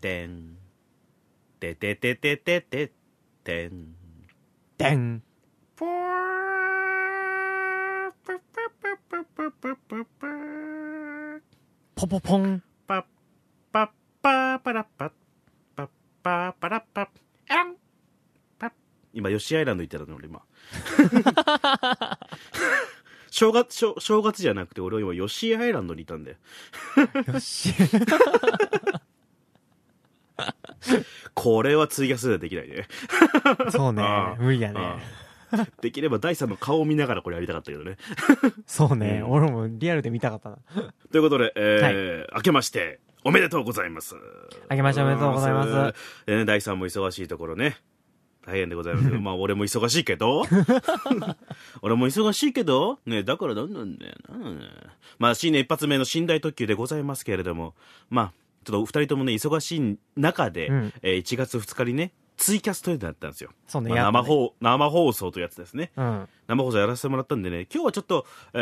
てん。てててててててん。てん。ぽーぷぷぷぷぷぷぷポポポン。ぱっぱっぱぱらっぱっぱっぱぱらっぱえらんぱっ今吉アイランド行ってたの俺今 正月正正月じゃなくて俺は今吉アイランドにいたんだよよし。これはツイキャスではできないね そうねああ。無理やね。うんできれば第三の顔を見ながらこれやりたかったけどねそうね。うん俺もリアルで見たかったな。ということで、えー明けましておめでとうございます明けましておめでとうございますえー第三も忙しいところね大変でござい ますけどまあ俺も忙しいけど俺も忙しいけどねだからなんなんだよなまあ新年一発目の寝台特急でございますけれどもまあちょっとお二人ともね忙しい中で、うんえー1月2日にねツイキャスというのやったんですよ、そうね。まあやっと生ね放生放送というやつですねうん。生放送やらせてもらったんでね、今日はちょっと、え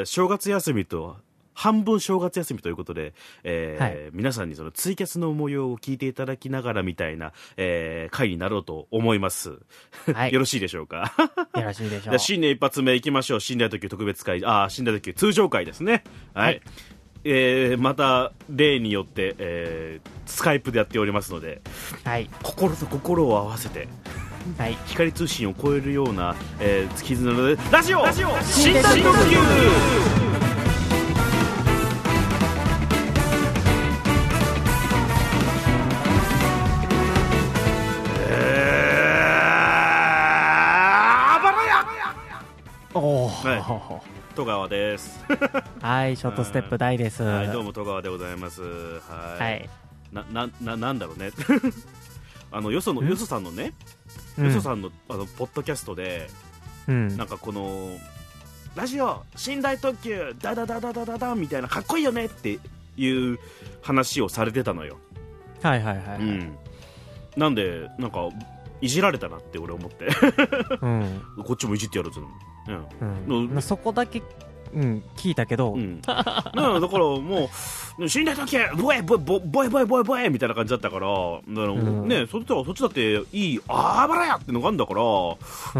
ー正月休みと、半分正月休みということで、えー皆さんにそのツイキャスの模様を聞いていただきながらみたいな、えー回になろうと思います。はい。よよろしいでしょう か。ろしいでしじょゃあう。新年一発目行きましょう。新年特急特別会、あー、新年特急通常会ですね。はい。はいえーまた例によって、えースカイプでやっておりますのではい。心と心を合わせてはい。光通信を超えるような、えー、絆のラジオラジオ新新特特急おお。は戸川です。はい。ショートステップ大です。はい、どうも戸川でございます。はい。はい。な、な、な、なんだろうね。 あの、よその、んよそさんのね、うよんそさんの、あの、ポッドキャストで、うんなんかこの、ラジオ、寝台特急、ダダダダダダダンみたいな、かっこいいよねっていう話をされてたのよ。。はいはいはいうん。なんで、なんか、いじられたなって俺思って。うん。 こっちもいじってやるぞ。うん。うんのそこだけ、うん、聞いたけど、うん、だからだからもう「死んだ時ボエボエボボエボエボエボエ」みたいな感じだったからだから、んねそっちだそっちだっていい「あばらや!」ってのがあるんだから、うん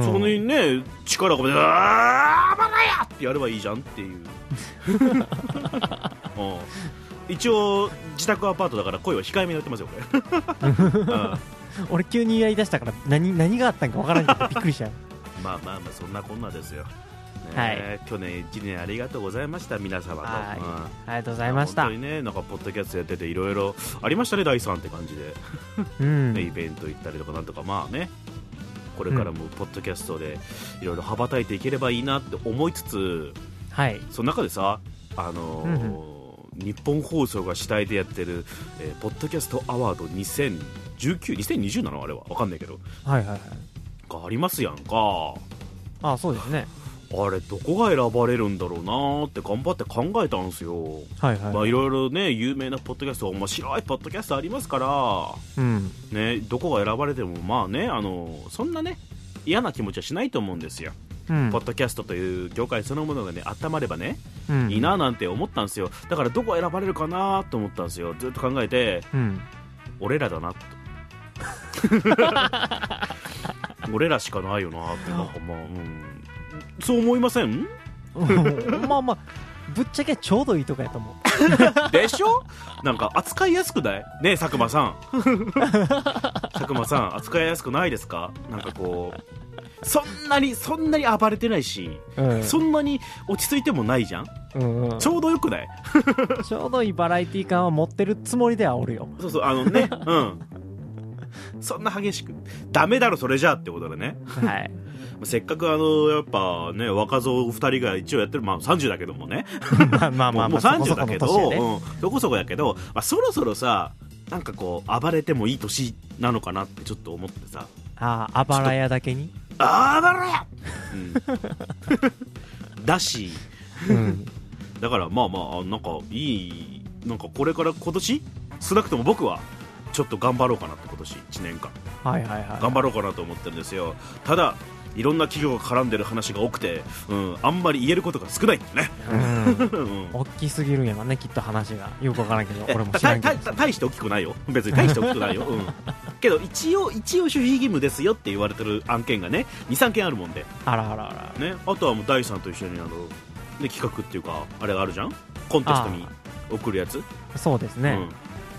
そこにね力を込めて「あばらや!」ってやればいいじゃんっていう、 うん一応自宅アパートだから声は控えめになってますよ これ、うんまあ俺急にやりだしたから何何があったんかわからんけどびっくりし ちゃうまあまあそんなこんなですよ、ねはい去年1年ありがとうございました皆様と、はいうんありがとうございました本当にねなんかポッドキャストやってていろいろありましたね第3って感じで、ねうんイベント行ったりとかなんとかまあねこれからもポッドキャストでいろいろ羽ばたいていければいいなって思いつつはいその中でさあのー日本放送が主体でやってる、えーポッドキャストアワード2019、2020なのあれはわかんないけど。はいはいはいがありますやんか。あそうですねあれ、どこが選ばれるんだろうなーって頑張って考えたんすよ。はいはい、まあいろいろね有名なポッドキャスト面白いポッドキャストありますかうんらねどこが選ばれてもまあねあのそんなね嫌な気持ちはしないと思うんですよ、うんポッドキャストという業界そのものがね温まればね、うんいいななんて思ったんですよだからどこ選ばれるかなと思ったんですよずっと考えてうん俺らだ なと俺らしかないよなってなんかまあ、うん、そう思いませんまあまあぶっちゃけちょうどいいとこやと思うでしょなんか扱いやすくないねえ佐久間さ ん佐久間さん扱いやすくないですかなんかこうそんなにそんなに暴れてないし、う んそんなに落ち着いてもないじゃん、うんうんちょうどよくないちょうどいいバラエティ感は持ってるつもりではおるよそうそうあのねうん そんな激しくダメだろそれじゃあってことでねはいせっかくあのやっぱね若造2人が一応やってるまあ30だけどもね まあまあまあもうまあもう30だけどそこそこの年やねうん、そこそこやけど、まあ、そろそろさなんかこう暴れてもいい年なのかなってちょっと思ってさあああばらやだけにあ暴れや、 うんだしうんだからまあまあなんかいいなんかこれから今年少なくとも僕はちょっと頑張ろうかなって今年1年間はいはいはい頑張ろうかなと思ってるんですよただいろんな企業が絡んでる話が多くて、うん、あんまり言えることが少ないんだね。 うんうん大きすぎるんやろねきっと話がよくわからん けどえ俺もた知らたんけたどた大して大きくないよ別に大して大きくないよ、うん、 けど一応一応守秘義務ですよって言われてる案件がね23件あるもんで、あらあらあらね、あとはもう第さんと一緒にあの、ね、企画っていうかあれがあるじゃんコンテストに送るやつ、そうですね、うん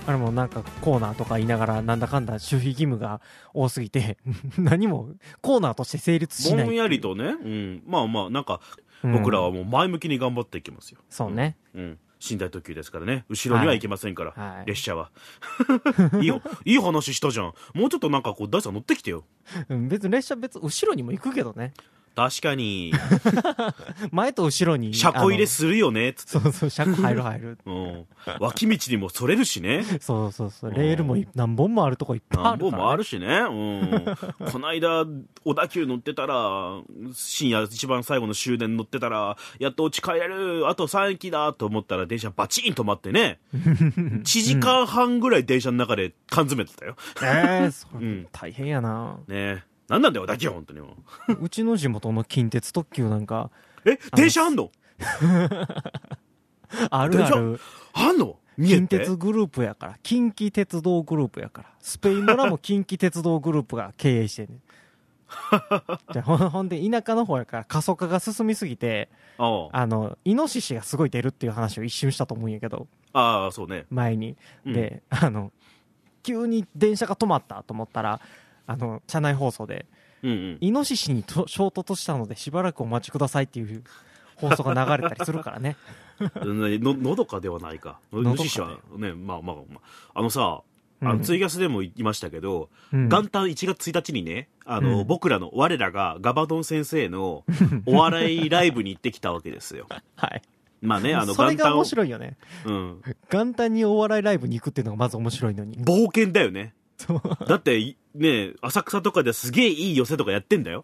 あれもなんかコーナーとか言いながらなんだかんだ守秘義務が多すぎて 何もコーナーとして成立しなぼいんやりとね、うん、まあまあなんかうん僕らはもう前向きに頑張っていきますよ、そうねうん、寝台特急ですからね後ろには行けませんから、はい列車は いいよいい話したじゃんもうちょっとなんかこう大さん乗ってきてようん別に列車別後ろにも行くけどね確かに前と後ろに車庫入れすするよねつってそうそう車庫入る 入るうん、脇道にもそれるしねそうそうそうレールもい何本もあるとこいっぱ いあ何るから、本もあるるしね、うん、こないだ小田急乗ってたら深夜一番最後の終電乗ってたらやっと家帰れるあと3駅だと思ったら電車バチン止まって ね1時間半ぐらい電車の中で缶詰めてたよ、えー、それうん大変やな、ね何なんだよ小田急本当にもうちの地元の近鉄特急なんかうえ電車あんのあるあるあんの見え近て鉄グループやから近畿鉄道グループやからスペイン村も近畿鉄道グループが経営してん ねんじゃあほんほんで田舎の方やから過疎化が進みすぎてあああのイノシシがすごい出るっていう話を一瞬したと思うんやけどああそうね前に、うんであの急に電車が止まったと思ったらあの車内放送でうんうんイノシシにと衝突したのでしばらくお待ちくださいっていう放送が流れたりするか らねののどかではないか。のどか主氏はね、まあまあまあ。あのさ、うんあのツイキャスでも言いましたけど、うん元旦1月1日にね、あの、うん僕らの、我らがガバドン先生のお笑いライブに行ってきたわけです よ。はいまあね、あの、それ元が旦を面、白いよねうん、元旦にお笑いライブに行くっていうのがまず面白 いのに。冒険だよね。そう。だって、いね、浅草とかですげえいい寄せとかやってんだ よ。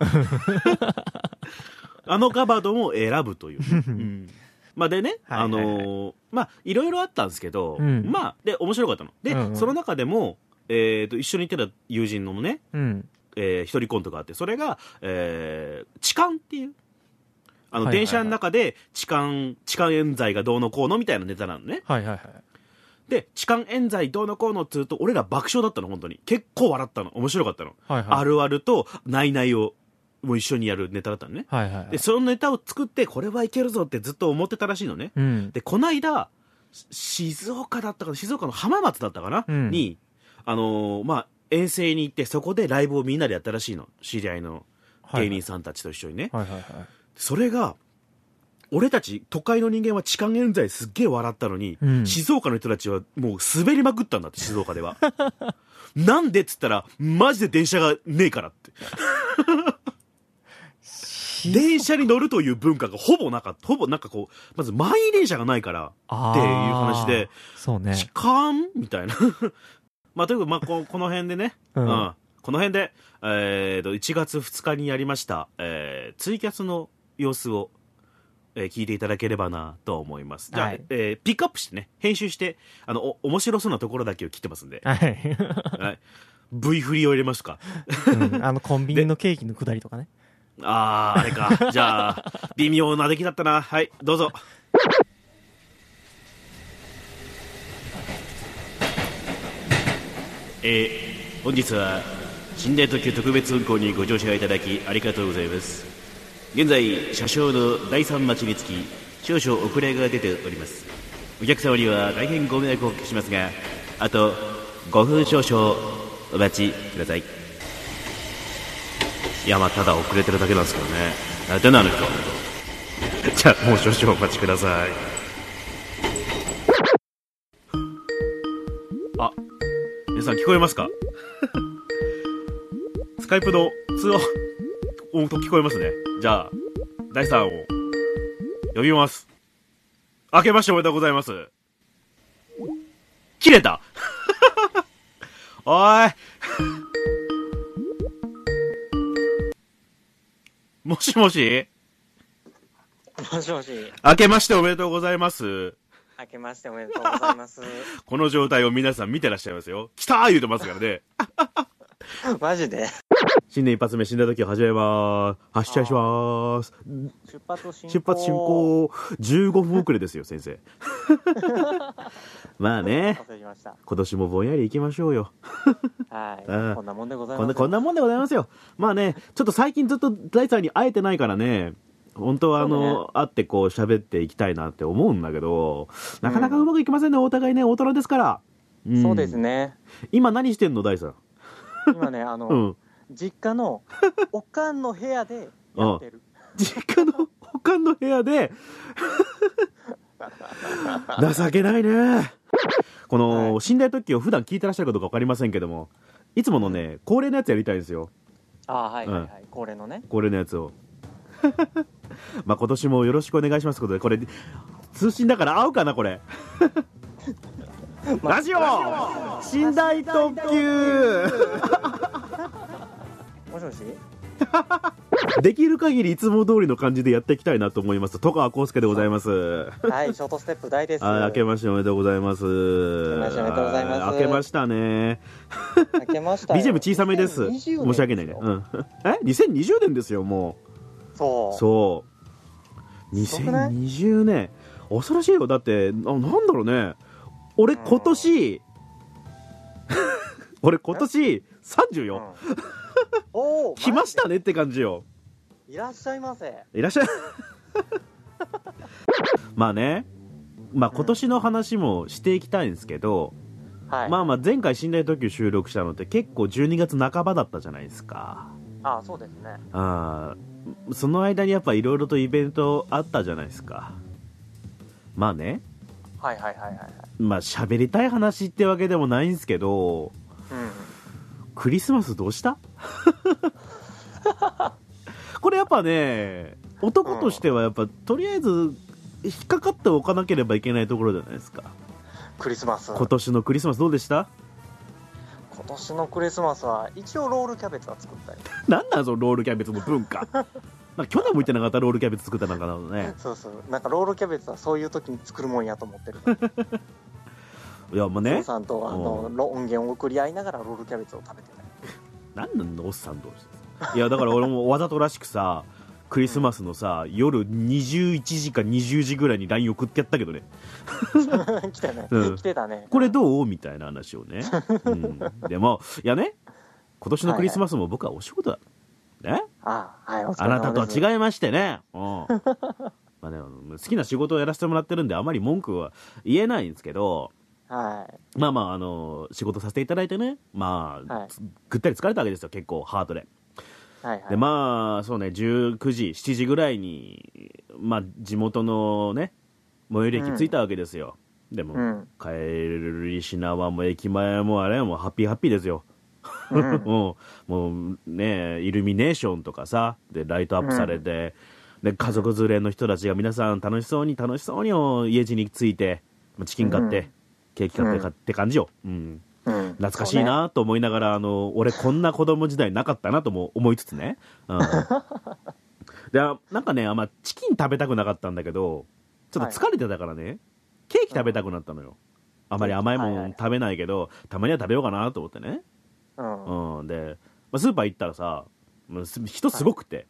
あのガバドンを選ぶという。うんまあでね、はいはいはいあのーまあいろいろあったんですけど、うんまあで面白かったの。で、うんうんその中でも、えー、と一緒に行ってた友人のね、うん。えー一人コントがあってそれが、えー痴漢っていうあの、はいはいはい電車の中で痴漢痴漢冤罪がどうのこうのみたいなネタなのね。はいはいはい。で痴漢冤罪どうのこうのっつうと俺ら爆笑だったの本当に結構笑ったの面白かったの。はいはい。あ。るあるとないないをもう一緒にやるネタだったのね。はいはい、はいで。そのネタを作ってこれはいけるぞってずっと思ってたらしいのね。うん。で、こないだ、し静岡だったかな、静岡の浜松だったかな、うんに、あのーまあ、遠征に行って、そこでライブをみんなでやったらしいの。知り合いのはいは芸い人さんたちと一緒にね。はいはいはい。それが、俺たち都会の人間は痴漢冤罪すっげえ笑ったのに、うん静岡の人たちはもう滑りまくったんだって、静岡では。 なんでっつったら、マジで電車がねえからって。電車に乗るという文化がほぼなかった。ほぼなんかこう、まず満員電車がないから、あーっていう話で。そうね。痴漢みたいな。 まあ、というか、まあ、ここの辺でね、ううんん、この辺で、えーと、1月2日にやりました、えーツイキャスの様子を、えー聞いていただければなと思います。じゃあ、はいえーピックアップしてね、編集して、あの、お面白そうなところだけを切ってます んで、はい、はい。V 振りを入れますか。うん。あの、コンビニのケーキのくだりとかね。あー、あれか。じゃあ、微妙な出来だったな。はい、どうぞ。えー、本日は、寝台特急特別運行にご乗車いただき、ありがとうございます。現在、車掌の第三待ちにつき、少々遅れが出ております。お客様には大変ご迷惑をおかけしますが、あと5分少々お待ちください。いやまあただ遅れてるだけなんですけどね大体なの人は本当じゃあもう 少々お待ちくださいあ皆さん聞こえますか スカイプの通話音と聞こえますねじゃあ第3を呼びます明けましておめでとうございます切れた おいもしもしもしもし、明けましておめでとうございます。明けましておめでとうござい ます。この状態を皆さん見てらっしゃいますよ。来たー言うてますからね。マジで 新年一発目、死んだ時を始めまーす。発車しまーす。出発進行。出発進。行、15分遅れですよ、先 生。まあね、忘れしました。今年もぼんやり行きましょうよ。はうんい。こんなもんでございこんな、ます。こんなもんでございますよ。まあね、ちょっと最近ずっと大さんに会えてないからね、本当はあそうの、ね会ってこう喋っていきたいなって思うんだけど、なかなかうまくいきませんね、お互いね、大人ですから。んそうです。ね。今何してんの、大さん。今ね、あの、うん。実 家のおかんの部屋でやってる。実家の保管の部屋で情けないねこの、は寝台特急を普段聞いてらっしゃるかどうか分かりませんけどもいつものね恒例のやつやりたいんですよああー、はいはいはい。恒例のね。恒例のやつを まあ今年もよろしくお願いしますことでこれ通信だから合うかなこれ ラジオ寝台特 急もしもしできる限りいつも通りの感じでやっていきたいなと思います戸川浩介でございますはい、ショートステップ大です。 あ明けましておめでとうございます。明明けましておめでとうございます明けましたね。明けましたよ。 BGM 小さめです。申し2020訳ないね。ですうよん。 え ?2020 年ですよ、も。そうう。そう。すごくない2020年。恐ろしいよ。だって、ななんだろうね。俺うん今 年、俺今年30うよ。ん。お お。来ましたマねって感じよ。ジで。いらっしゃいませ。い らっしゃい。まあね。まあ今年の話もしていきたいんですけど、はい。まあまあ前回寝台特急収録したのって結構12月半ばだったじゃないですかああ、そうですね。あーその間にやっぱいろいろとイベントあったじゃないですかまあねはいはいはいはいはい。まあ喋りたい話ってわけでもないんですけどうん。クリスマスどうした これやっぱね男としてはやっぱとりあえず引っかかっておかなければいけないところじゃないですかクリスマス。今年のクリスマスどうでした今年のクリスマスは一応ロールキャベツは作ったよなんなんそのロールキャベツの文化 なんか去年も言ってなかったロールキャベツ作ったなんかなのねそうそうなんかロールキャベツはそういう時に作るもんやと思ってるからいやもうお父ねさんとあうのんロ音源を送り合いながらロールキャベツを食べてたなんなんのおっさん同士ですいやだから俺もわざとらしくさクリスマスのさ夜21時か20時ぐらいに LINE 送ってやったけどね よ来てね、うん来てたねこれどうみたいな話をね、うん、でもいやね今年のクリスマスも僕はお仕事だ、ねああはいお疲あれ様なたとはです違いましてね。うん。まあね、好きな仕事をやらせてもらってるんで、あまり文句は言えないんですけど、はいまあまあ、あの、仕事させていただいてね、まあ、はいつぐったり疲れたわけですよ、結構、ハートで。はいはいで、まあ、そうね、19時、7時ぐらいに、まあ、地元のね、最寄り駅着いたわけですよ。でも、うん帰り品はもう駅前もあれもうハッピーハッピーですよ。うんもうもうねイルミネーションとかさでライトアップされて、で家族連れの人たちが皆さん楽しそうに楽しそうに家路に着いてまあチキン買って、うんケーキ買ってうん買って感じよ、うん、うん 懐かしいなと思いながら、あの俺こんな子供時代なかったなとも思いつつね、 うん、であなんかねあんまチキン食べたくなかったんだけどちょっと疲れてたからね、ケーキ食べたくなったのよ、あまり甘いはいもはんい食べないけどたまには食べようかなと思ってねそうねうんうん、で、まあ、スーパー行ったらさもうす人すごくて、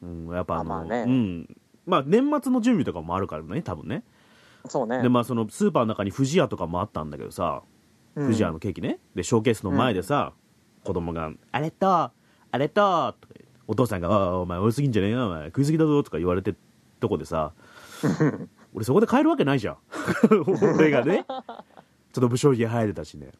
うん、やっぱあのあまあねうんまあ、年末の準備とかもあるからね多分ねそうねでまあそのスーパーの中に不二家とかもあったんだけどさうん不二家のケーキねでショーケースの前でさ、子供が「あれとあれと」とか言ってお父さんが「ああお前多すぎんじゃねえよお前食いすぎだぞ」とか言われてるとこで さ俺そこで買えるわけないじゃん 俺がねちょっと無精髭生えてたしね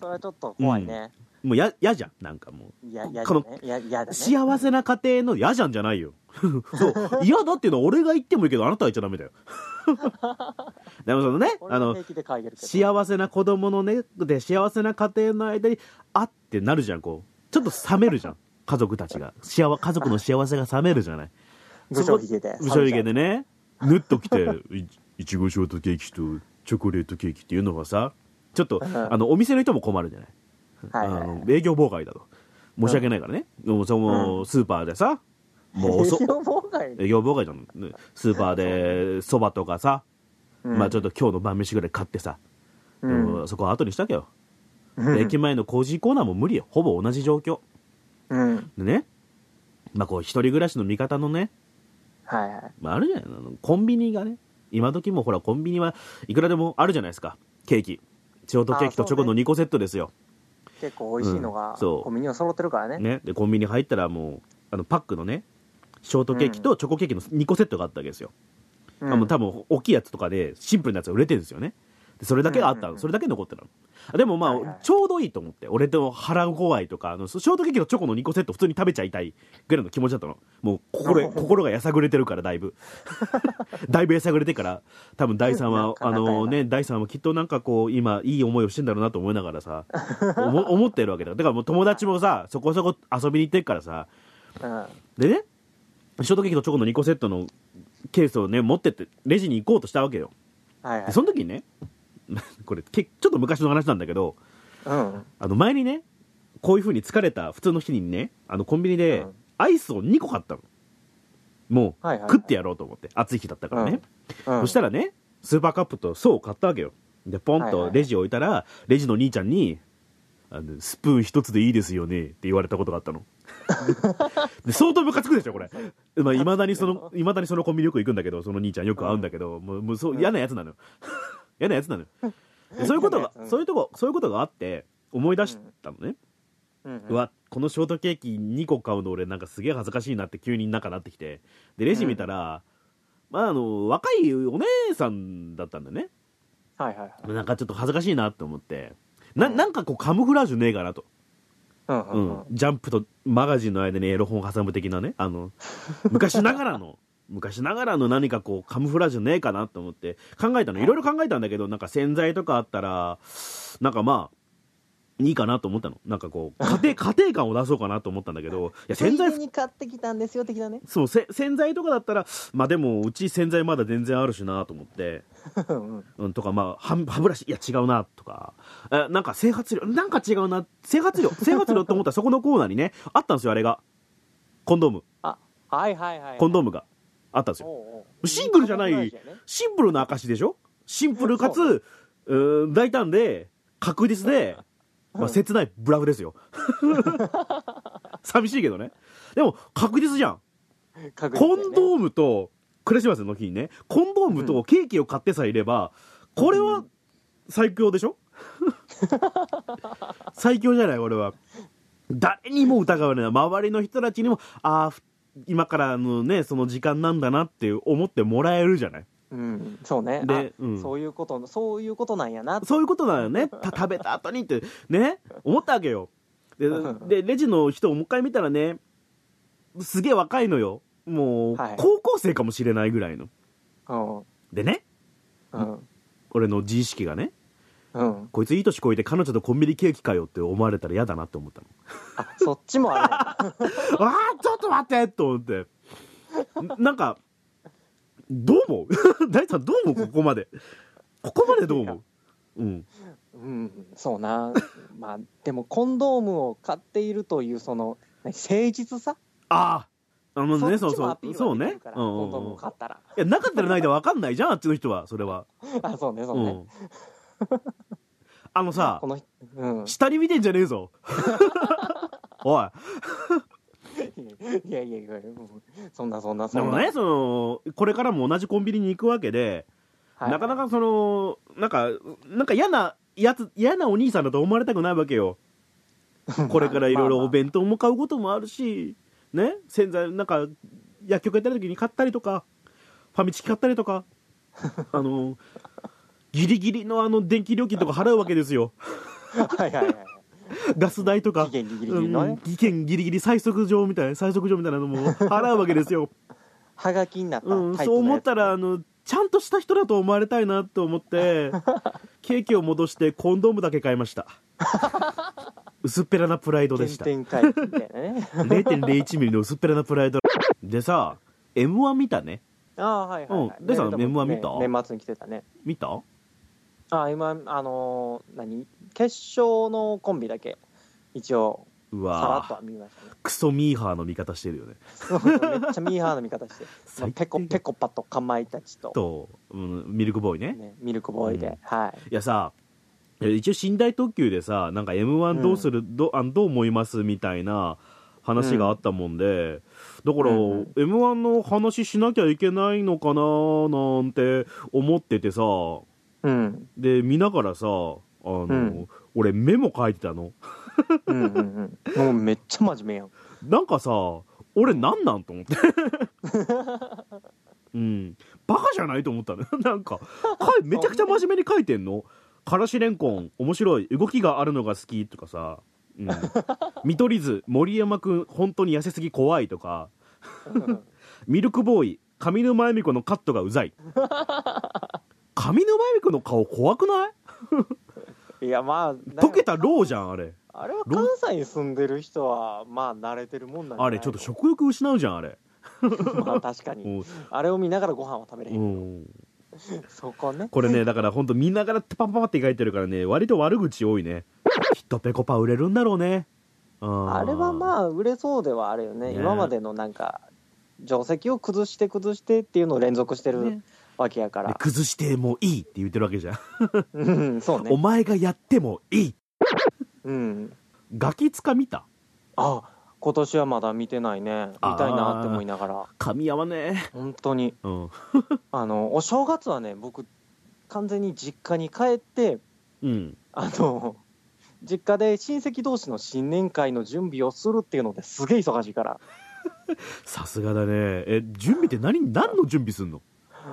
それはちょっと怖いね、もうや嫌じゃんなんかもういやいやこだのねいやいやだね幸せな家庭の嫌じゃんじゃないよ そう嫌だっていうのは俺が言ってもいいけどあなたは言っちゃダメだよ でもそのね俺あはの平気で嗅いでるけど幸せな子供のねで幸せな家庭の間にあってなるじゃんこうちょっと冷めるじゃん家族たちが幸家族の幸せが冷めるじゃない無精ひげで無精髭でねぬっときていいちごショートケーキとチョコレートケーキっていうのはさちょっとんあのお店の人も困るじゃないはいはいあの営業妨害だと申し訳ないからね、もうそのスーパーでさ、もう 遅営業妨害営業妨害じゃんスーパーでそばとかさ、まあちょっと今日の晩飯ぐらい買ってさ、うんでもそこは後にしたけよ、で駅前の工事コーナーも無理よほぼ同じ状況うん。でね、まあこう、一人暮らしの味方のね、はいはい。まああるじゃないの、コンビニがね、今時もうほら、コンビニはいくらでもあるじゃないですか、ケーキ。ショートケーキとチョコの2個セットですよ。結構美味しいのが、うんそうコンビニは揃ってるからね。ね、でコンビニ入ったらもうあのパックのねショートケーキとチョコケーキの2個セットがあったわけですよ、うんあもう多分大きいやつとかでシンプルなやつが売れてるんですよねでそれだけがあったの、うんうんうんそれだけ残ってたのあでもまあ、はいはいちょうどいいと思って俺と腹ご合いとかあのショートケーキとチョコの2個セット普通に食べちゃいたいぐらいの気持ちだったのもう心心がやさぐれてるからだい ぶだいぶやさぐれてから多分第3なはかあなかやなのね第3はきっとなんかこう今いい思いをしてんだろうなと思いながらさ思思ってるわけだよだからもう友達もさそこそこ遊びに行ってるからさうん。でねショートケーキとチョコの2個セットのケースをね持ってってレジに行こうとしたわけよはいはでい。その時にね これけちょっと昔の話なんだけどうん。あの前にねこういう風に疲れた普通の人にねあのコンビニでうんアイスを2個買ったのもうはいはいはい食ってやろうと思って暑い日だったからね、うん。そしたら、らねスーパーカップと層を買ったわけよでポンはいはいとはいレジを置いたら、レジの兄ちゃんにあの「スプーン一つでいいですよね」って言われたことがあったの で相当ムカつくでしょこれまあ、いまだにその、いまだにそのコンビニよく行くんだけど、その兄ちゃんよく会うんだけど、もう、もう、そう、嫌なやつなの よ。嫌なやつなのよ。でそういうことが嫌なや、つそういうとこ、そういうことがあって、思い出したのね。うん。うわ、このショートケーキ2個買うの俺なんかすげえ恥ずかしいなって急になんかなってきて。で、レジ見たら、まあ、あの、若いお姉さんだったんだよね。はいはいはい。なんかちょっと恥ずかしいなって思って。な、うんなんかこうカムフラージュねえかなと。うんううんうんん、ジャンプとマガジンの間にエロ本を挟む的なねあの昔ながらの 昔ながらの何かこうカムフラージュねえかなと思って考えたのいろいろ考えたんだけどなんか洗剤とかあったらなんかまあいいかなと思ったのなんかこう家 庭家庭感を出そうかなと思ったんだけどいや洗剤ついでに買ってきたんですよ、的なね。そうせ洗剤とかだったらまあでもうち洗剤まだ全然あるしなと思ってうんうんうん、とか、まあ、歯歯ブラシ、いや、違うな、とか、えなんか、整髪料、なんか違うな、整髪料、整髪料と思ったら、そこのコーナーにね、あったんですよ、あれが。コンドーム、あ、はいはいはい。コンドームがあったんですよ。おうおうシングルじゃないカモフラージュやねシンプルな証でしょシンプルかそつ、うーん、大胆で、確実で、まあ、切ないブラフですよ。寂しいけどね。でも、確実じゃん。確コ実やンねドームと、クリスマスの日にね、コンドームとケーキを買ってさえいれば、これは最強でしょ 最強じゃない、俺は。誰にも疑われない。周りの人たちにも、ああ、ふ今からのね、その時間なんだなって思ってもらえるじゃない。うん、そうね。であうんそういうこと、そういうことなんやな。そういうことなのよね。た食べた後にって、ね、思ったわけよ。 で、でレジの人をもう一回見たらね、すげえ若いのよ。もうはい、高校生かもしれないぐらいの。うん、うん、でね、うん、俺の自意識がねうん。こいついい年こいて彼女とコンビニケーキかよって思われたら嫌だなって思ったのあ、そっちもああーちょっと待ってと思ってななんかどう思う 大地さんどう思うここまでここまでどう思ううんる。うん、そうな。まあ、でもコンドームを買っているという、その、何誠実さあああのねそそっうちそもアピーうルはそうできねるから、うコんンうドーんムうんを買ったら。いやなかったらないで分かんないじゃんあっちの人はそれはあ、そうね、そううね。んあのさこの人、うん。下に見てんじゃねえ ぞおいいやいやいや、うんそんなそんなそでんもな。ねそのこれからも同じコンビニに行くわけではいなかなかその、なんか、なんか嫌な、やつ、嫌なお兄さんだと思われたくないわけ よ。これからいろいろお弁当も買うこともあるし、ね、洗剤、なんか、薬局やった時に買ったりとか、ファミチキ買ったりと か、あの、ギリギリのあの電気料金とか払うわけですよ。はいはいはい。ガス代とか。期限 ギリギリのうんね、期限ギリギリ最速上みたいな、最速上みたいなのも払うわけですよ。はがきになったタイプうのん、やつ。そう思ったらあのちゃんとした人だと思われたいなと思って ケーキを戻してコンドームだけ買いました薄っぺらなプライドで原した点回帰みたいな ね0.01ミリの薄っぺらなプライドでさ m 1見たねああはいはい、はいうんでさねでも M1 見たね年末に来てたね見たああ今あのー何決勝のコンビだけ一応うさらっとわは見ま したねクソミーハーの味方してるよねそうめっちゃミーハーの味方して、まあ最低ペコペコパとかまいたちと、と、うん、ミルクボーイねね、ミルクボーイで、うんはいやさえ一応寝台特急でさなんか m 1どうする、どあのどう思いますみたいな話があったもんで、だから、うんうん m 1の話しなきゃいけないのかななんて思っててさうんで見ながらさあの、ん俺メモ書いてたのうんうんうんもうめっちゃ真面目やんなんかさ俺なんなんと思って うんバカじゃないと思ったの なんかかいめちゃくちゃ真面目に書いてんの「からしれんこん面白い動きがあるのが好き」とかさ「うん、見取り図森山くん本当に痩せすぎ怖い」とかうん「ミルクボーイ上沼恵美子のカットがうざい」上沼恵美子の顔怖くないいやまあ溶けたローじゃんあれあれは関西に住んでる人はまあ慣れてるもんなんじゃないのあれちょっと食欲失うじゃんあれまあ確かうにんあれを見ながらご飯は食べれへうんんそこねこれね、だからほんと見ながらパンパンパンって書いてるからね、割と悪口多いね。きっとペコパ売れるんだろうね。ああれはあ。まあ売れそうではあるよねね今までのなんか定石を崩して崩してっていうのを連続してるわけやから、で崩してもいいって言ってるわけじゃん。うんそおうね前がやってもいい。うんガキつか見たあ今年はまだ見てないねあー見たいなって思いな がら噛み合わね本当にえ。うん。あのお正月はね僕完全に実家に帰ってうん。あの実家で親戚同士の新年会の準備をするっていうのですげえ忙しいからさすがだね。え、準備って何、何の準備すんの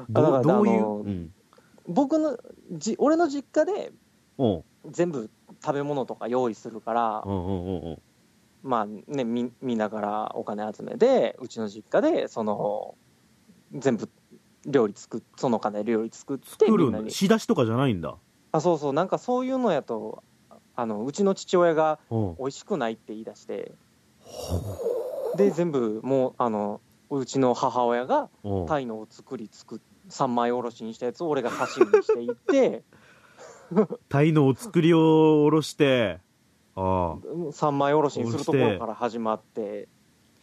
どあだからうどういあうのうん。僕のじ俺の実家でおう全部食べ物とか用意するからおうおうおうおうまあね見見ながらお金集めてうちの実家でその全部料理作っそのお金料理作って作みるんなのに仕出しとかじゃないんだ。あそうそうなんかそういうのやとあのうちの父親がうん。美味しくないって言い出してで全部もうあのうちの母親がうんタイのお作り作っ三枚おろしにしたやつを俺が刺身にしていって タイのお作りをおろして、ああ。三枚おろしにするところから始まって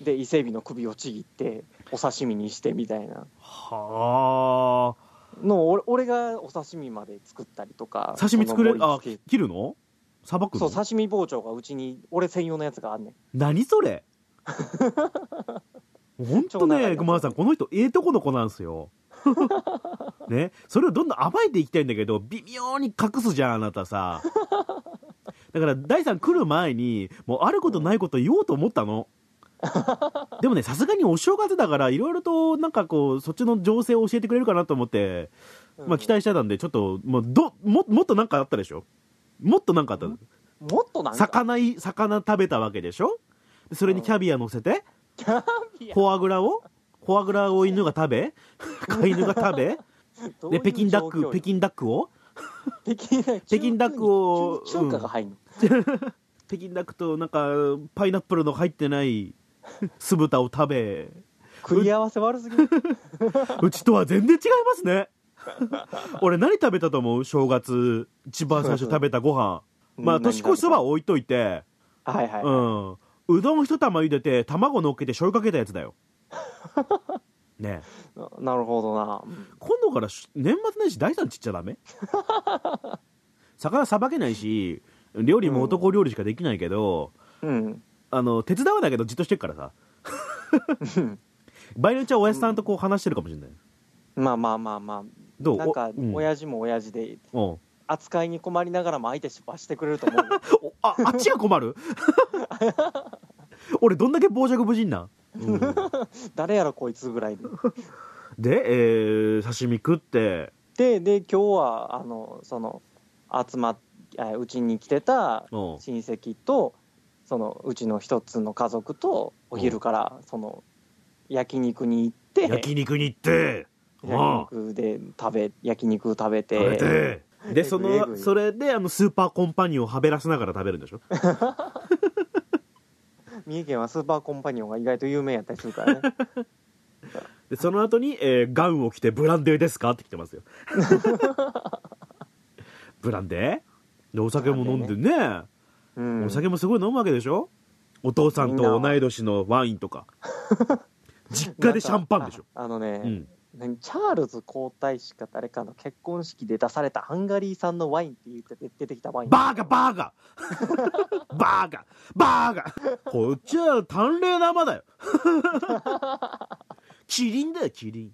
で伊勢海老の首をちぎってお刺身にしてみたいなはのを俺俺がお刺身まで作ったりとかあ刺身作れそのあ盛り付け切るのさばくそのう刺身包丁がうちに俺専用のやつがあんねん何そ れほんと長男ねが熊田さんこの人ええとこの子なんです よねそれをどんどん暴いていきたいんだけど微妙に隠すじゃんあなたさ だから第3来る前にもうあることないこと言おうと思った のでもねさすがにお正月だからいろいろとなんかこうそっちの情勢を教えてくれるかなと思ってまあ期待してたんで、ちょっと、まあ、ど、も、もっとなんかあったでしょもっとなんかあった。もっとなんか魚い、魚食べたわけでしょでそれにキャビア乗せて、ビアフォアグラを、フォアグラを犬が食 べ、飼い犬が食べ、どうで、いう北京ダッ状況ク、よ北京ダックを、北京ダック北京ダックを中中華が入るの、北京ダックとなんか、パイナップルの入って ない、酢豚を食べ、食い合わせ悪すぎ るうちとは全然違います ね。俺何食べたと思う正月、一番最初食べたご飯。まあ、何年食べた越しそばは置いといて、はいはい、うん。うどん一玉茹でて、卵乗っけて醤油かけたやつだ よ。ねえななるほどなうん今度からし年末年始第三ちっちゃダメ魚さばけないし、料理も男料理しかできないけど、うんあの、手伝わないけどじっとしてるからさ。場合によっちゃおやじさんとこう話してるかもしれない。 まあまあまあまあどうなんかおうん親父も親父でうん扱いに困りながらも相手失敗してくれると思う よおああっちが困 る俺どんだけ傍若無人なん、うん誰やろこいつぐらいでで、えー刺身食ってでで今日はあのその集まっあうちに来てたうん親戚とそのうちの一つの家族とお昼からその焼肉に行って焼肉に行ってうん焼肉で食べ焼肉食べて食べてでえそえぐのいそれであのスーパーコンパニオンをはべらせながら食べるんでしょ三重県はスーパーコンパニオンが意外と有名やったりするからね でその後に、えーガウンを着てブランデーですか?」って来てますよブランデーでお酒も飲んでねうんお酒もすごい飲むわけでしょお父さんと同い年のワインとか実家でシャンパンでしょああのね、うん何チャールズ皇太子か誰かの結婚式で出されたハンガリー産のワインって言って出てきたワインバーガバーガバーガバーガこっちは淡麗生だよキリンだよキリン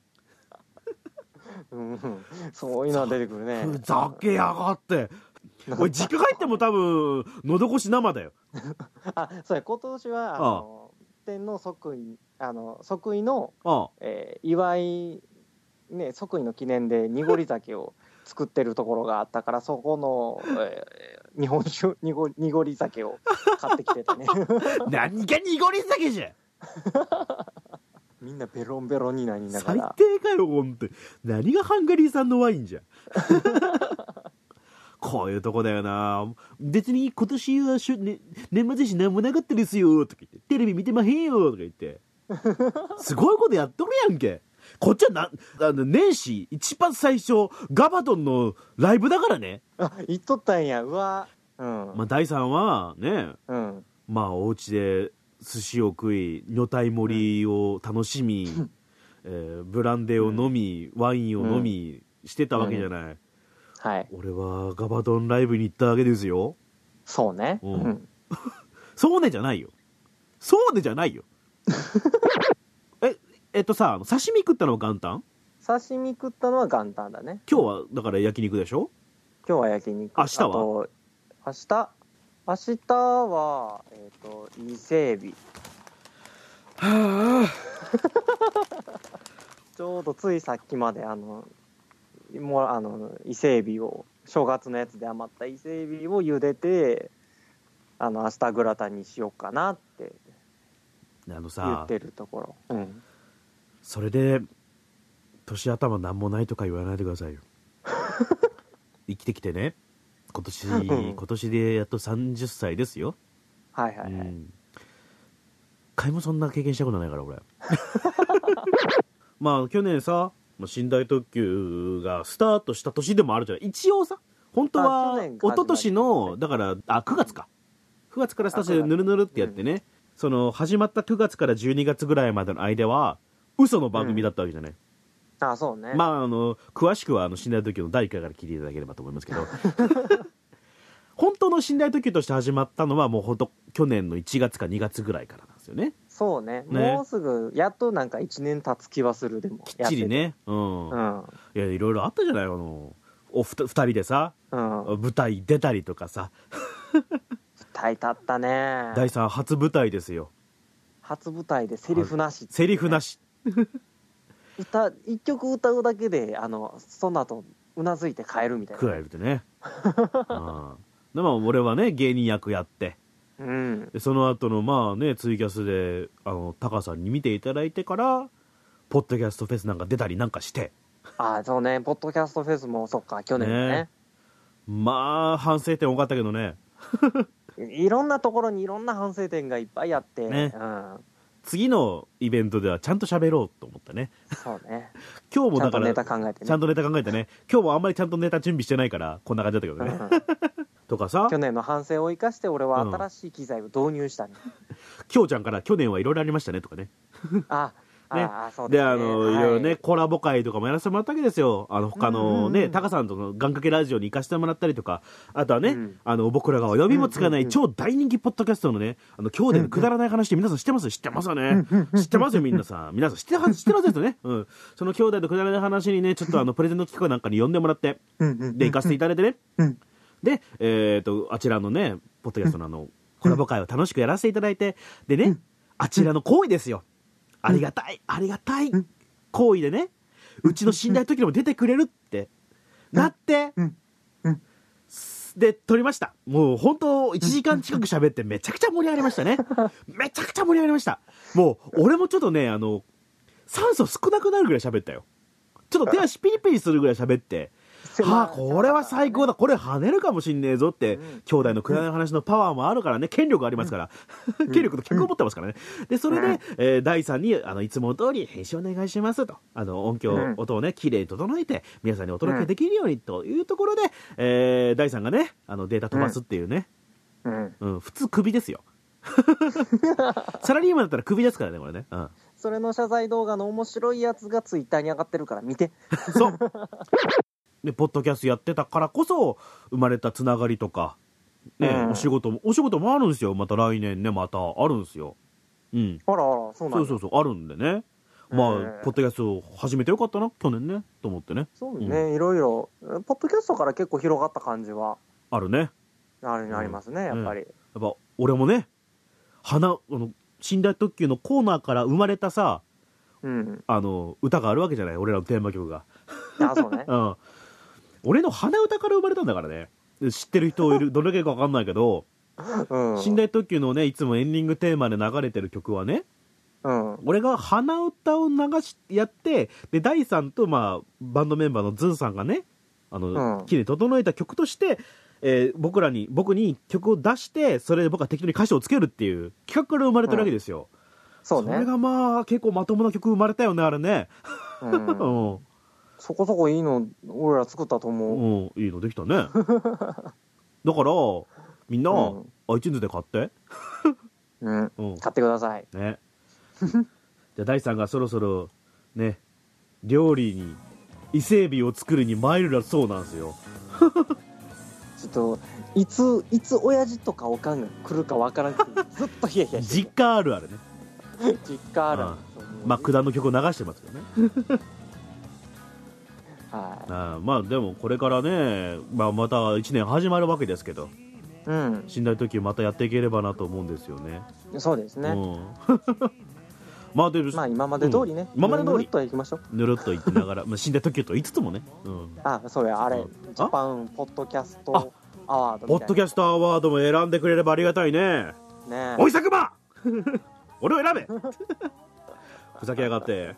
うんうんそういうのは出てくるねふざけやがって俺実家帰っても多分喉越し生だよ あそうや今年はあああの天皇即位あの即位の、あえー祝い、ね、即位の記念で濁り酒を作ってるところがあったからそこの、えー日本酒濁り濁り酒を買ってきて てねあ何が濁り酒じゃみんなベロンベロンになりなが最ら低かよ本当に何がハンガリー産のワインじゃん こういうとこだよな別に今年はしゅ、ね、年末年始何もなかったですよとか言ってテレビ見てまへんよとか言ってすごいことやっとるやんけこっちはなあの年始一番最初ガバドンのライブだからね、あ行っとったんやうわうん、まあ、第3はねうんまあお家で寿司を食い女体盛りを楽しみ、 えーブランデーを飲み、ワインを飲み、してたわけじゃない、はい俺はガバドンライブに行ったわけですよそうねうんうんそうねじゃないよそうねじゃないよ ええっとさ刺身食ったのは元旦刺身食ったのは元旦だね今日はだから焼肉でしょ今日は焼肉明日はあと明日明日はえっ、と伊勢海老は ちょうどついさっきまであのもうあの伊勢海老を正月のやつで余った伊勢海老を茹でてあの明日グラタンにしようかなってああの言さってるところうんそれで年頭なんもないとか言わないでくだ さいよ生きてきてね今年うん今年でやっと30歳ですよ、はいはいはういん一回もそんな経験したことないから俺 まあ去年さまあ寝台特急がスタートした年でもあるじゃない一応さ本当はあ去年一から昨年のだからあ9月か9月からスタートでぬるぬるってやってね、その始まった9月から12月ぐらいまでの間は嘘の番組だったわけじゃない、あそうねまああの詳しくはあの寝台特急の第1回から聞いていただければと思いますけど 本当の寝台特急として始まったのはもう本当去年の1月か2月ぐらいからなんですよねそうねねもうすぐやっとなんか1年経つ気はするでもきっちりねうん、ういんやいろいろあったじゃないあのおふた2人でさうん舞台出たりとかさ歌い立ったね第3初舞台ですよ初舞台でセリフなしセリフなし歌一曲歌うだけであのその後うなずいて帰るみたいくならいるってね、 うん、でも俺はね芸人役やってうんでその後のまあねツイキャスであのタカさんに見ていただいてからポッドキャストフェスなんか出たりなんかしてあそうねポッドキャストフェスもそっか去年ねまあ反省点多かったけどねいろんなところにいろんな反省点がいっぱいあって、ねうん次のイベントではちゃんと喋ろうと思ったねそうね今日もちゃだんかとらネタ考えてちゃんねとネタ考えてね今日もあんまりちゃんとネタ準備してないからこんな感じだったけどねうんとかさ去年の反省を生かして俺はうん新しい機材を導入したね、きょうちゃんから去年はいろいろありましたねとかねああ、ねあそうでです、ね、あの、、はいろいろねコラボ会とかもやらせてもらったわけですよあの他のうんうんね、うんタカさんとの願掛けラジオに行かせてもらったりとかあとはね、うんあの僕らがお呼びもつかなうんうんういん超大人気ポッドキャストのねあの今日でくだらない話って皆さん知ってます知ってますよね知ってますよみんなさん皆さん知っては知ってますよね、うん、その兄弟のくだらない話にねちょっとあのプレゼント企画なんかに呼んでもらってうんうんうんで行かせていただいてね、うんで、えー、とあちらのねポッドキャストのあのコラボ会を楽しくやらせていただいてでね、あちらの行為ですよありがたいありがたい行為でねうちの寝台時でも出てくれるってなって、うんうんで撮りましたもう本当1時間近く喋ってめちゃくちゃ盛り上がりました ねめちゃくちゃ盛り上がりましたもう俺もちょっとねあの酸素少なくなるぐらい喋ったよちょっと手足ピリピリするぐらい喋って狭はあ、これは最高だ、これ跳ねるかもしんねえぞって、うん兄弟の暗い話のパワーもあるからね、権力ありますから、 権力と客を持ってますからね。で、それで、うんえー第3に、あの、いつも通り編集お願いしますと、あの、音響、うん音をね、綺麗に整えて、皆さんにお届けできるようにというところで、えー第3がね、あの、データ飛ばすっていうね、うん うん、普通首ですよ。サラリーマンだったら首ですからね、これね。うん。それの謝罪動画の面白いやつがツイッターに上がってるから見て。そう。で、ポッドキャストやってたからこそ、生まれたつながりとか、ね、うんお仕事も、お仕事もあるんですよ。また来年ね、またあるんですよ。うん。あらあら、そうなんだ。そうそうそう、あるんでね。まあ、うんポッドキャストを始めてよかったな、去年ね、と思ってね。そうね、いろいろ。ポッドキャストから結構広がった感じは、あるね。やっあるにありますね、やっぱり。ぱ、俺もね、花、あの、寝台特急のコーナーから生まれたさ、うん。あの、歌があるわけじゃない、俺らのテーマ曲が。。あ、そうねうん。俺の鼻歌から生まれたんだからね。で知ってる人 いる、どれだけかわかんないけど、うん。寝台特急のね、いつもエンディングテーマで流れてる曲はね、うん。俺が鼻歌を流し、やって、で、ダイさんと、まあ、バンドメンバーのズンさんがね、あの、うん綺麗に整えた曲として、えー僕らに、僕に曲を出して、それで僕は適当に歌詞をつけるっていう企画から生まれてるわけですよ。そうねれ。がまあ、結構まともな曲生まれたよね、あれね。う。うんん。そこそこいいの、俺ら作ったと思う。うん、いいのできた ね。だから、みんな、うん iTunes で買って。うん。うん。買ってください。 ね。じゃあ、大さんがそろそろ、ね、料理に、伊勢海老を作るに参るらそうなんですよ。ちょっと、いつ、いつ親父とかおかんが来るかわからんくて、ずっとヒヤヒヤして実る。家あるあるね。実家あるうん。まあ、九段の曲を流してますけどね。はあーまあ、でもこれからね、まあ、また1年始まるわけですけど、い。うん。死んだ時またやっていければなと思うんですよね。そうですね。うん。 まあ、でも、まあ今まで通りね。うん今まで通りぬるっと行きましょう。ぬるっと言ってな がら、まあ、死んだ時と言いつつもね、うん。あ、そうや、あれうん、ジャパンポッドキャストアワードみたいな。ポッドキャストアワードも選んでくれればありがたいね。ねおい、佐久間俺を選 べふざけやがって。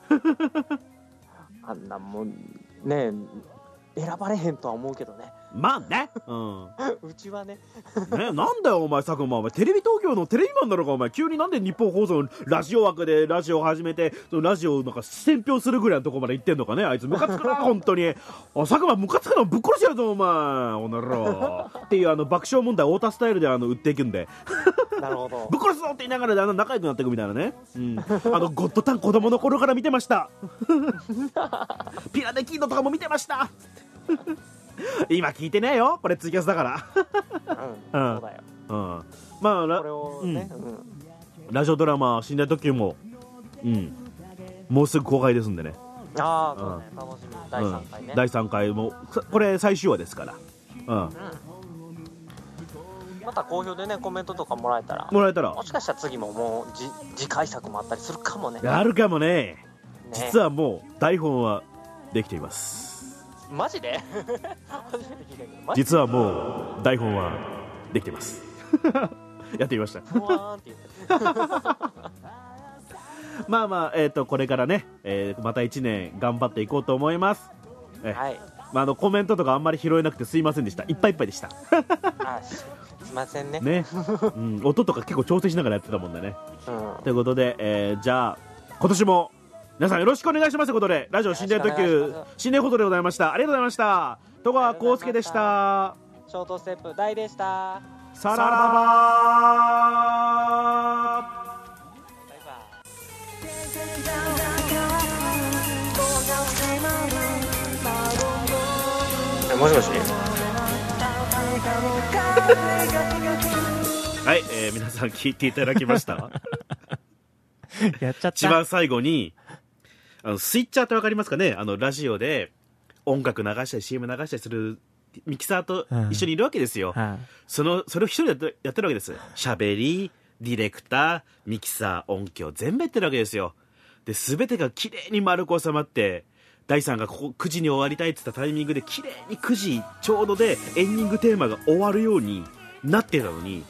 あんなもん、ね選ばれへんとは思うけどね。 まあね。うん。うちはね、 ねなんだよ、お前、佐久間。お前、テレビ東京のテレビマンだろうか、お前。急になんで日本放送のラジオ枠でラジオを始めて、そのラジオをなんか選票するぐらいのとこまで行ってんのかね。あいつ、ムカつ くな、本当に。あ佐久間、ムカつくのぶっ殺しやぞ、お前。おなら。っていう、あの、爆笑問題、太田スタイルで、あの、売っていくんで。なるほどぶ。っ殺すぞって言いながらであの仲良くなっていくみたいなね、うん、あのゴッドタン子供の頃から見てましたピラデキーノとかも見てました今聞いてねえよこれツイキャスだかうん、そうだよ。ら、うん、まあこラれをね、うん。ラジオドラマ死んだ時も、うん、もうすぐ公開ですんでね、ああ、そうね、楽しみ。第3回うねん、。第3回もさこれ最終話ですから、うん、うんまた好評でね、コメントとかもらえたら、もらえたらもしかしたら次ももうじ次回作もあったりするかもね。あるかもね実は。はもう台本はできていますマジで 初めて聞いたけど、マジで実はもう台本はできてます やってみましたふわーんって言ってまあまあ、えー、とこれからね、えーまた1年頑張っていこうと思います、える。はい。まあ、あのコメントとかあんまり拾えなくてすいませんでしたいっぱいいっぱいでしたあしすいませんね。ね、 うん、音とか結構調整しながらやってたもんだねうんということで、えーじゃあ今年も皆さんよろしくお願いしますということでラジオ心霊特よろ急しくお願いしま心霊ことでございましたありがとうございました戸川浩介でしたショートステップ大でした。さらばーバイバイ。もしもし。はい、えー皆さん聞いていただきましたやっちゃっ一た。番最後にあのスイッチャーってわかりますかねあのラジオで音楽流したり CM 流したりするミキサーと一緒にいるわけですよ、はそのそれを一人でやってやってるわけです喋りディレクターミキサー音響全部やってるわけですよで全てが綺麗に丸く収まって大さんがここ9時に終わりたいって言ったタイミングで綺麗に9時ちょうどでエンディングテーマが終わるようになってたのに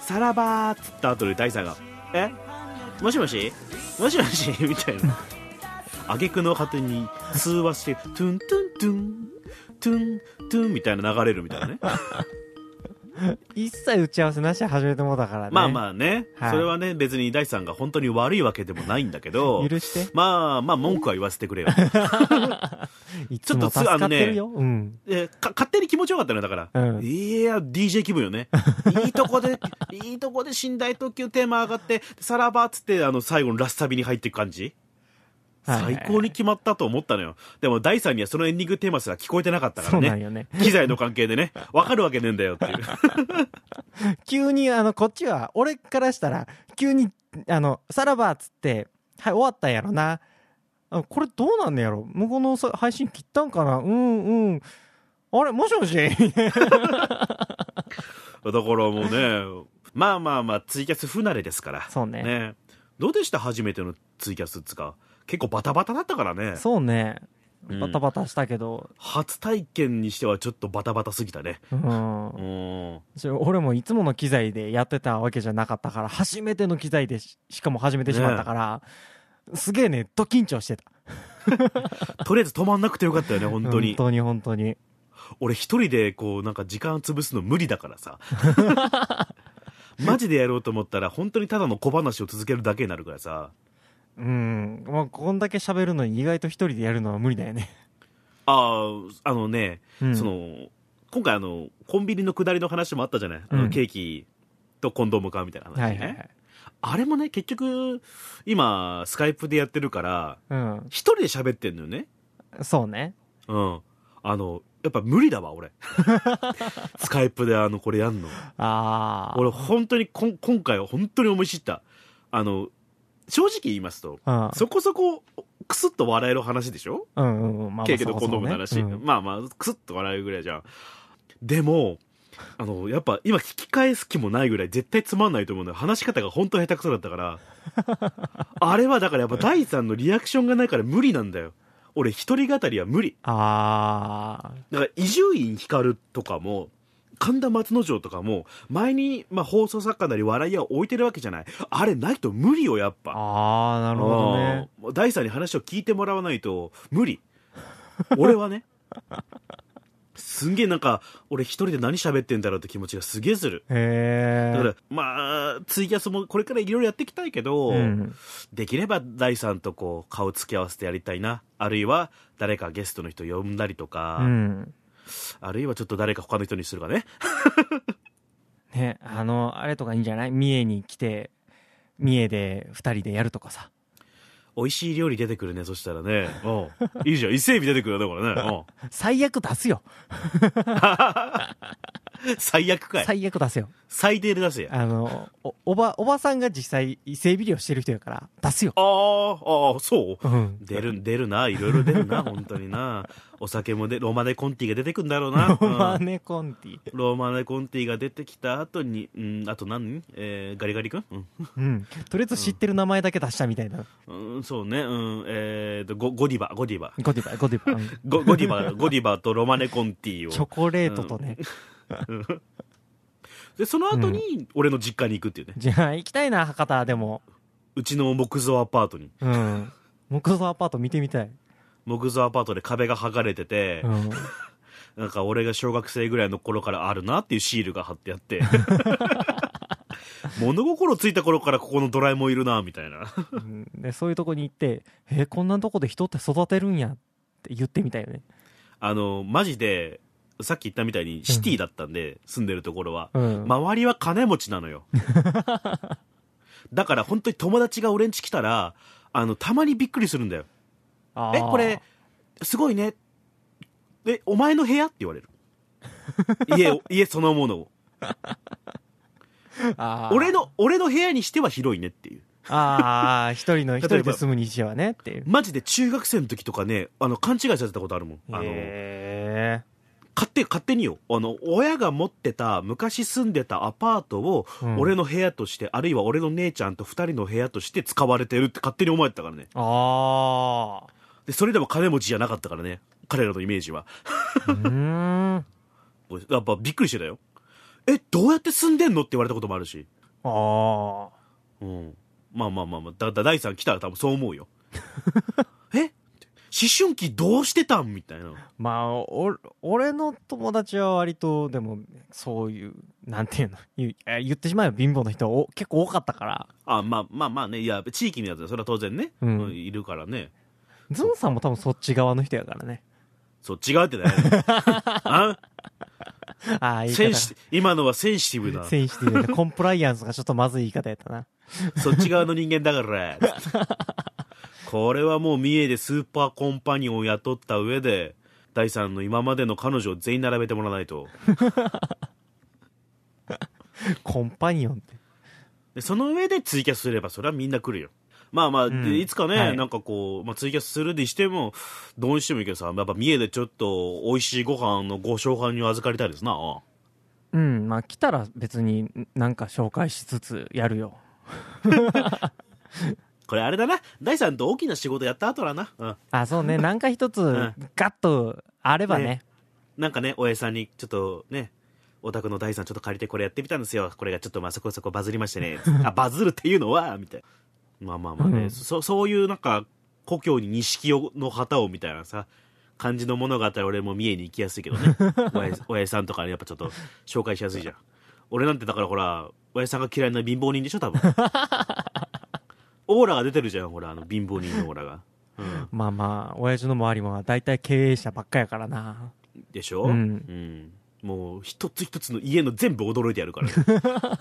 さらばーっつった後で大さんが「えもしもしもしもし?」みたいな挙句の果てに通話して「トゥントゥントゥントゥントゥン」みたいな流れるみたいなねい。一切打ち合わせなしで始めてもだからね。まあまあね、はいそれはね、別に大地さんが本当 に悪いわけでもないんだけど、許して。 まあまあ文句は言わせてくれよ。いつも助かってるよ。うん。えか勝手に気持ちよかったのよだから、うんいや DJ 気分よ ねいいとこでいいとこで寝台特急テーマ上がってさらばっつってあの最後のラスサビに入っていく感じはいはいはい最高に決まったと思ったのよでも第3にはそのエンディングテーマすら聞こえてなかったかそうらなねんよね。機材の関係でねわかるわけねえんだよっていう急に、あの、こっちは、俺からしたら、急に、あの、さらばっつって、はい、終わったんやろな。あこれどうなんねやろ向こうのさ配信切ったんかなうんうん。あれもしも しだからもうねまあまあまあツイキャス不慣れですからそうねねどうでした初めてのツイキャスっつか結構バタバタだったからねそうね。うんバタバタしたけど、初体験にしてはちょっとバタバタすぎたねうんう。んちょ俺もいつもの機材でやってたわけじゃなかったから初めての機材でししかも始めてしまったから、すげえねド緊張してたとりあえず止まんなくてよかったよね、本当に。本当に本当に俺一人でこう、なんか時間潰すの無理だから さ。マジでやろうと思ったら、本当にただの小話を続けるだけになるからさ。うんまあこんだけ喋るのに意外と一人でやるのは無理だよね、ああ、あのね、うん、その、今回あの、コンビニの下りの話もあったじゃないあうんの、ケーキとコンドーム買うみたいな話ね。はいはいはい、あれもね、結局、今、スカイプでやってるから、うん、一人で喋ってんのよね。そうねうん。あの、やっぱ無理だわ、俺。スカイプであの、これやんの。ああ俺本当にこん今回は本当に思い知ったあの正直言いますとうんそこそこクスッと笑える話でしょうんうんうんまあまあケーキとそコこンそドーこムねの話、うんまあまあクスッと笑えるぐらいじゃんでもあのやっぱ今聞き返す気もないぐらい絶対つまんないと思うんだよ話し方が本当下手くそだったから あれはだからやっぱ第三のリアクションがないから無理なんだよ俺一人語りは無理ああだから伊集院光とかも神田松之丞とかも前に、まあ、放送作家なり笑いは置いてるわけじゃないあれないと無理よやっぱああなるほどねうん第三に話を聞いてもらわないと無理俺はねすんげえなんか俺一人で何喋ってんだろうって気持ちがすげえするへえだからまあツイキャスもこれからいろいろやっていきたいけど、うん、できれば第三とこう顔つき合わせてやりたいなあるいは誰かゲストの人呼んだりとか、うんあるいはちょっと誰か他の人にするかね。ね、あの、あれとかいいんじゃない三重に来て、三重で二人でやるとかさ。美味しい料理出てくるね、そしたら ね。うん。いいじゃん。伊勢海老出てくるよ、だからね。最悪出すよ。うん。 最悪かい。最悪出せよ。最低で出せや。ああの、お、おば、おばさんが実際、伊勢ビリをしてる人やから、出すよ。あー、ああ、そう うん。出る、出るな。いろいろ出るな、本当にな。お酒もで、ロマネコンティが出てくんだろうな。 ロマうんネコンティ。ロマネコンティが出てきた後に、うん、あと何えーガリガリ君うん。とりあえず知ってる名前だけ出したみたいな。うん、うん、そうね。うん、えーと、ゴゴディバ、ゴディバ。ゴディバ、ゴディバ。うんゴゴディ バ、ゴディバとロマネコンティを。チョコレートとね。で、その後に、俺の実家に行くっていうね。じゃあ、行きたいな、博多でも。うちの木造アパートに。うん。木造アパート見てみたい。木造アパートで壁が剥がれてて、うん。なんか俺が小学生ぐらいの頃からあるなっていうシールが貼ってあって。 物心ついた頃からここのドラえもんいるな、みたいな。うんで、そういうとこに行って、えこんなとこで人って育てるんやって言ってみたいよね。あの、マジで、さっき言ったみたいにシティだったんで、住んでるところは。うん。周りは金持ちなのよ。だから本当に友達が俺ん家来たら、あの、たまにびっくりするんだよ。あーえ、これ、すごいね。え、お前の部屋って言われ る。家を、家そのものを。あー俺の、俺の部屋にしては広いねっていう。ああ、一人の、一例えば人で住むにしてはねっていう。マジで中学生の時とかね、あの、勘違いされてたことあるもん。あの、へ勝手、勝手によ。あの、親が持ってた、昔住んでたアパートを、うん俺の部屋として、あるいは俺の姉ちゃんと二人の部屋として使われてるって勝手に思えてたからね。ーあで、それでも金持ちじゃなかったからね。彼らのイメージは。 あ。うーん。やっぱびっくりしてたよ。え、どうやって住んでんのって言われたこともあるし。あうん。まあまあまあまあ、だ、だ、第三来たら多分そう思 うよ。え思春期どうしてたんみたいなあ。。まあ、お、俺の友達は割と、でも、そういう、なんていうの、言うえ言ってしまえば貧乏な人お結構多かったから、あ、まあまあまあね、いや、地域によってそれは当然ね、うんうんいるからね。ズンさんも多分そっち側の人やからね。そう、違うってだよ、ね。 あああ、言いセン方。シ今のはセンシティ ブだ。センシティブで、コンプライアンスがちょっとまずい言い方やったな。そっち側の人間だから。 これはもう三重でスーパーコンパニオンを雇った上で、第三の今までの彼女を全員並べてもらわないと。コンパニオンって。でその上でツイキャスすればそれはみんな来るよまあまあ、んでいつかね、はいなんかこう、まあ、ツイキャスするにしてもどうにしてもいいけどさやっぱ三重でちょっと美味しいご飯のご紹介に預かりたいですなうん、まあ来たら別になんか紹介しつつやるよ。これあれだな第三と大きな仕事やった後だな、うん、あ、そう ね。なんか一つん、ガッとあればね。なんかねおやさんにちょっとねお宅の第三ちょっと借りてこれやってみたんですよこれがちょっとまあそこそこバズりまして ねあバズるっていうのはみたいなまあまあまあね、うんそそういうなんか故郷に錦をの旗をみたいなさ感じのものがあったら俺も三重に行きやすいけど ねおやおやさんとかにやっぱちょっと紹介しやすいじゃん俺なんてだからほらおやさんが嫌いな貧乏人でしょ 多分オーラが出てるじゃんほらあの貧乏人のオーラが、うん、まあまあ、親父の周りも大体経営者ばっかやから な。でしょ、うんうんもう一つ一つの家の全部驚いてやるからね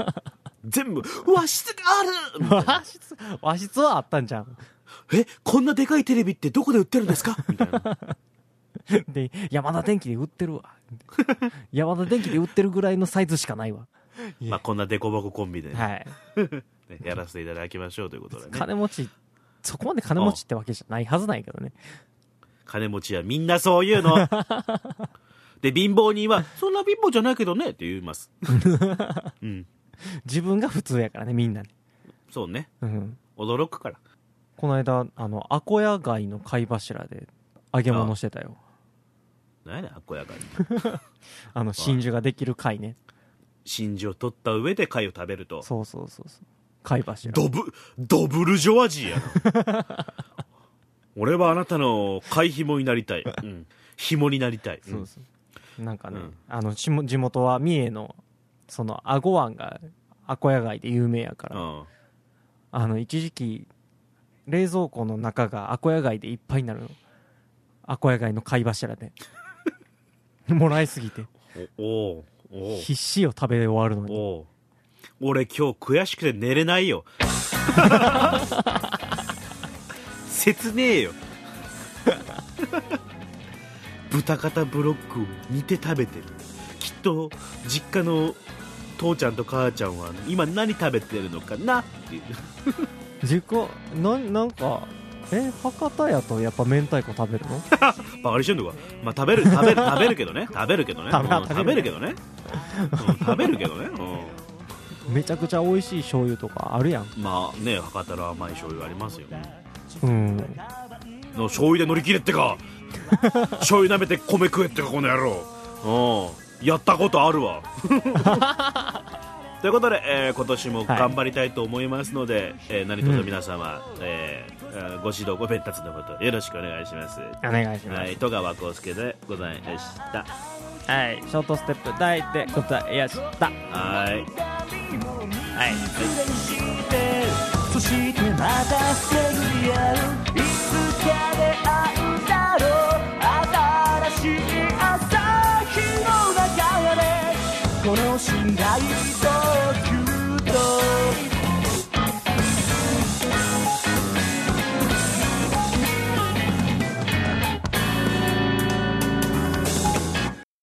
全部「和室がある!みたいな和室、和室はあったんじゃん。」 えこんなでかいテレビってどこで売ってるんですか?」みたいなで、山田電機で売って るわ。山田電機で売ってるぐらいのサイズしか ないわ。まあこんなでこぼこコンビでね、はい。やらせていただきましょうということでね金持ち、そこまで金持ちってわけじゃないはずないけどね。金持ちはみんなそういう ので貧乏人は「そんな貧乏じゃないけどね」って言い ます、うん、自分が普通やからね、みんなね。そうねうん。驚くからこの間、あの、アコヤ街の貝柱で揚げ物してたよ。何やねんあっこやかにあの、真珠ができる貝ね。真珠を取った上で貝を食べるとそうそうそうそう。貝柱。ドブ、ドブルジョワジーやな。 俺はあなたの貝紐になりた い。うん。紐になりたい。そうそう。なんかね、うんあの、しも地元は三重の、その、アゴ湾が、アコヤ街で有名やから、うん。うんあの、一時期、冷蔵庫の中がアコヤ街でいっぱいになるの。アコヤ街の貝柱で。 もらいすぎて、お、おう必死を食べ終わるのおうに。おう俺今日悔しくて寝れない よ。切ねえよ。豚肩ブロックを煮て食べてる。きっと実家の父ちゃんと母ちゃんは今何食べてるのかなっていう。自己、なん、なんか、え、博多やとやっぱ明太子食べるのバカにしてんのか、まあ、食べる食べる食べるけ どね食べるけどね食べうん食べるけどねうん食べるけどね、めちゃくちゃ美味しい醤油とかあるやん。うん、まあね博多の甘い醤油ありますよのうん。醤油で乗り切れってか醤油舐めて米食えってかこの野郎うんやったことある わということで、えー今年も頑張りたいと思いますので、えー何卒皆様、えーご指導ご鞭達のほどよろしくお願いしますお願いします。はい、戸川浩介でございましたはい、ショートステップ大でございました。はいはい。そしてまた巡り合ういつか出会うだろう新しい朝日の中でこの信頼とキュート